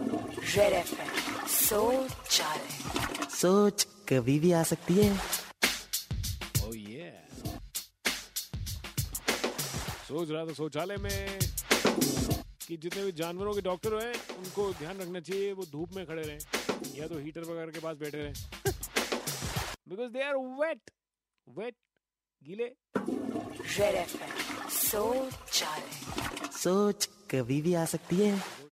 Red F M सोच चाले सोच कभी भी आ सकती है Oh yeah. सोच रहा था शौचालय में कि जितने भी जानवरों के डॉक्टर हैं उनको ध्यान रखना चाहिए वो धूप में खड़े रहें या तो हीटर वगैरह के पास बैठे रहें because they are wet wet गीले रेड एफ एम सोच चाले सोच कभी भी आ सकती है